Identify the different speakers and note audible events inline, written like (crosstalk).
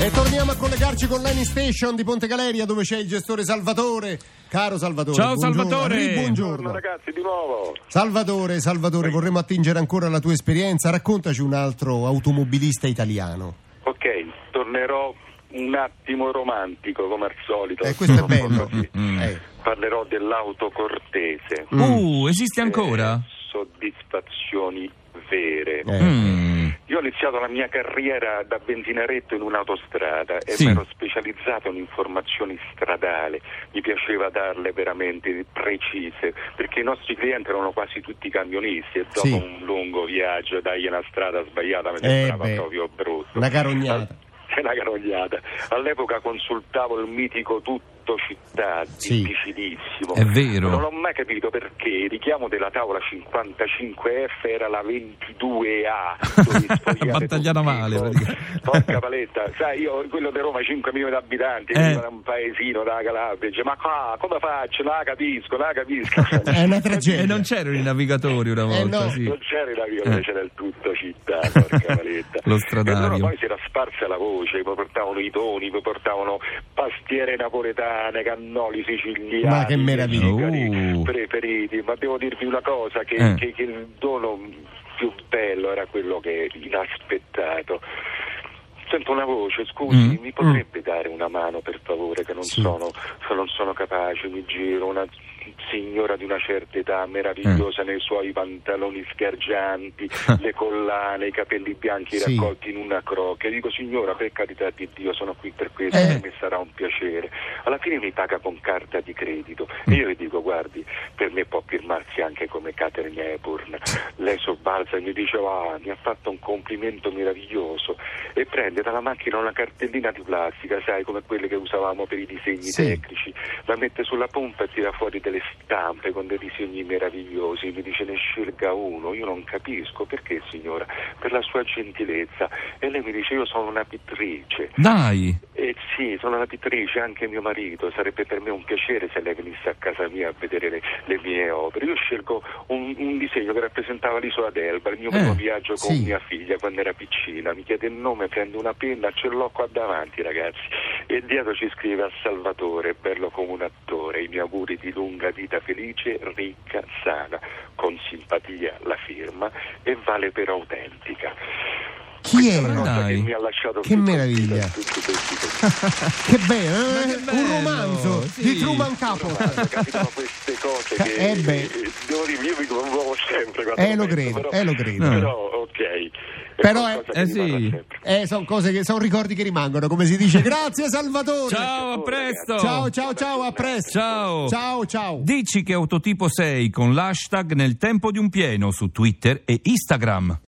Speaker 1: E torniamo a collegarci con l'Any Station di Ponte Galeria dove c'è il gestore Salvatore. Caro Salvatore.
Speaker 2: Ciao,
Speaker 1: buongiorno.
Speaker 2: Salvatore.
Speaker 1: Ri-
Speaker 3: Buongiorno
Speaker 1: Buongiorno.
Speaker 3: ragazzi di nuovo.
Speaker 1: Salvatore, Salvatore, vorremmo attingere ancora alla tua esperienza. Raccontaci un altro automobilista italiano.
Speaker 3: Ok, tornerò un attimo romantico come al solito.
Speaker 1: Eh, questo è
Speaker 3: Un po'
Speaker 1: bello.
Speaker 3: così.
Speaker 2: Mm.
Speaker 1: Eh.
Speaker 3: Parlerò dell'auto cortese.
Speaker 1: Mm.
Speaker 2: Uh, esiste ancora?
Speaker 3: Eh, soddisfazioni vere.
Speaker 1: Eh.
Speaker 2: Mm.
Speaker 3: Io ho iniziato la mia carriera da benzinaretto in un'autostrada e
Speaker 2: Sì.
Speaker 3: mi ero specializzato in informazioni stradali, mi piaceva darle veramente precise, perché i nostri clienti erano quasi tutti camionisti e dopo
Speaker 1: Sì.
Speaker 3: un lungo viaggio dai una strada sbagliata mi
Speaker 1: Eh,
Speaker 3: sembrava
Speaker 1: beh,
Speaker 3: proprio brutto.
Speaker 1: Una carognata.
Speaker 3: (laughs) È una carognata. All'epoca consultavo il mitico tutto città,
Speaker 1: Sì.
Speaker 3: difficilissimo.
Speaker 2: È vero.
Speaker 3: Non ho mai capito perché il richiamo della tavola 55F era
Speaker 2: (laughs)
Speaker 3: la 22A. dove sfogliate
Speaker 2: Battagliata
Speaker 3: tutti,
Speaker 2: male,
Speaker 3: no?
Speaker 2: praticamente.
Speaker 3: Porca paletta. Sai, io quello di Roma 5 milioni di abitanti,
Speaker 2: Eh.
Speaker 3: veniva da un paesino da Calabria, dice, ma qua come faccio? La capisco, la capisco.
Speaker 1: (laughs)
Speaker 3: (laughs) Cioè,
Speaker 1: È una
Speaker 2: E
Speaker 1: tragedia.
Speaker 2: non c'erano i navigatori una
Speaker 1: Eh,
Speaker 2: volta,
Speaker 1: no.
Speaker 2: sì.
Speaker 3: Non c'era la violenza,
Speaker 2: Eh.
Speaker 3: c'era il tutto città,
Speaker 2: (laughs)
Speaker 3: porca valetta.
Speaker 2: Lo
Speaker 3: E allora
Speaker 2: stradario.
Speaker 3: poi si era sparsa la voce, poi portavano i toni, poi portavano pastiere napoletane, cannoli siciliani.
Speaker 1: Ma che meraviglia.
Speaker 3: pecorari
Speaker 2: Oh.
Speaker 3: Preferiti, ma devo dirvi una cosa, che,
Speaker 2: Eh.
Speaker 3: che- che il dono più bello era quello che è inaspettato. Sento una voce, scusi,
Speaker 2: Mm.
Speaker 3: mi potrebbe dare una mano per favore che non,
Speaker 1: Sì.
Speaker 3: sono, che non sono capace, mi giro, una signora di una certa età meravigliosa
Speaker 1: Mm.
Speaker 3: nei suoi pantaloni
Speaker 1: (laughs)
Speaker 3: sgargianti, le collane, i capelli bianchi
Speaker 1: Sì.
Speaker 3: raccolti in una crocca. E dico signora, per carità di Dio, sono qui per questo,
Speaker 1: Eh.
Speaker 3: per me sarà un piacere. Alla fine mi paga con carta di credito
Speaker 1: Mm.
Speaker 3: e io le dico guardi, per me può firmarsi anche come Catherine Hepburn. Lei sobbalza e mi dice ah, mi ha fatto un complimento meraviglioso e prende dalla macchina una cartellina di plastica, sai, come quelle che usavamo per i disegni
Speaker 1: Sì.
Speaker 3: tecnici, la mette sulla pompa e tira fuori delle stampe con dei disegni meravigliosi, mi dice ne scelga uno, io non capisco perché signora, per la sua gentilezza e lei mi dice io sono una pittrice.
Speaker 2: Dai,
Speaker 3: E sì, sono una pittrice, anche mio marito, sarebbe per me un piacere se lei venisse a casa mia a vedere le, le mie opere. Io scelgo un, un disegno che rappresentava l'isola d'Elba, il mio
Speaker 2: Eh,
Speaker 3: primo viaggio con
Speaker 1: sì.
Speaker 3: mia figlia quando era piccina, mi chiede il nome, prendo una penna, ce l'ho qua davanti ragazzi, e dietro ci scrive a Salvatore, bello come un attore, i miei auguri di lunga vita felice, ricca, sana, con simpatia la firma e vale per autentica.
Speaker 1: Chi
Speaker 3: La
Speaker 1: era?
Speaker 3: cosa
Speaker 2: Dai.
Speaker 3: che mi ha lasciato
Speaker 1: Che
Speaker 3: più colpito
Speaker 1: meraviglia.
Speaker 3: in tutti questi tempi.
Speaker 1: Che bello, eh?
Speaker 2: che bello,
Speaker 1: un romanzo
Speaker 2: sì.
Speaker 1: di Truman Capote.
Speaker 3: capitano queste cose
Speaker 1: Ca-
Speaker 3: che
Speaker 1: eh beh.
Speaker 3: devo dire, io mi commuovo sempre quando
Speaker 1: Eh, lo
Speaker 3: penso,
Speaker 1: credo,
Speaker 3: però,
Speaker 1: eh, lo credo.
Speaker 3: però ok è
Speaker 1: Però è-
Speaker 3: qualcosa
Speaker 2: eh,
Speaker 3: che rimarrà
Speaker 2: sì.
Speaker 3: sempre.
Speaker 1: Eh, sono cose che sono ricordi che rimangono, come si dice. Grazie Salvatore.
Speaker 2: ciao, a presto!
Speaker 1: ciao, ciao, ciao, a presto.
Speaker 2: Ciao.
Speaker 1: Ciao, ciao.
Speaker 2: Dici che autotipo sei con l'hashtag nel tempo di un pieno su Twitter e Instagram.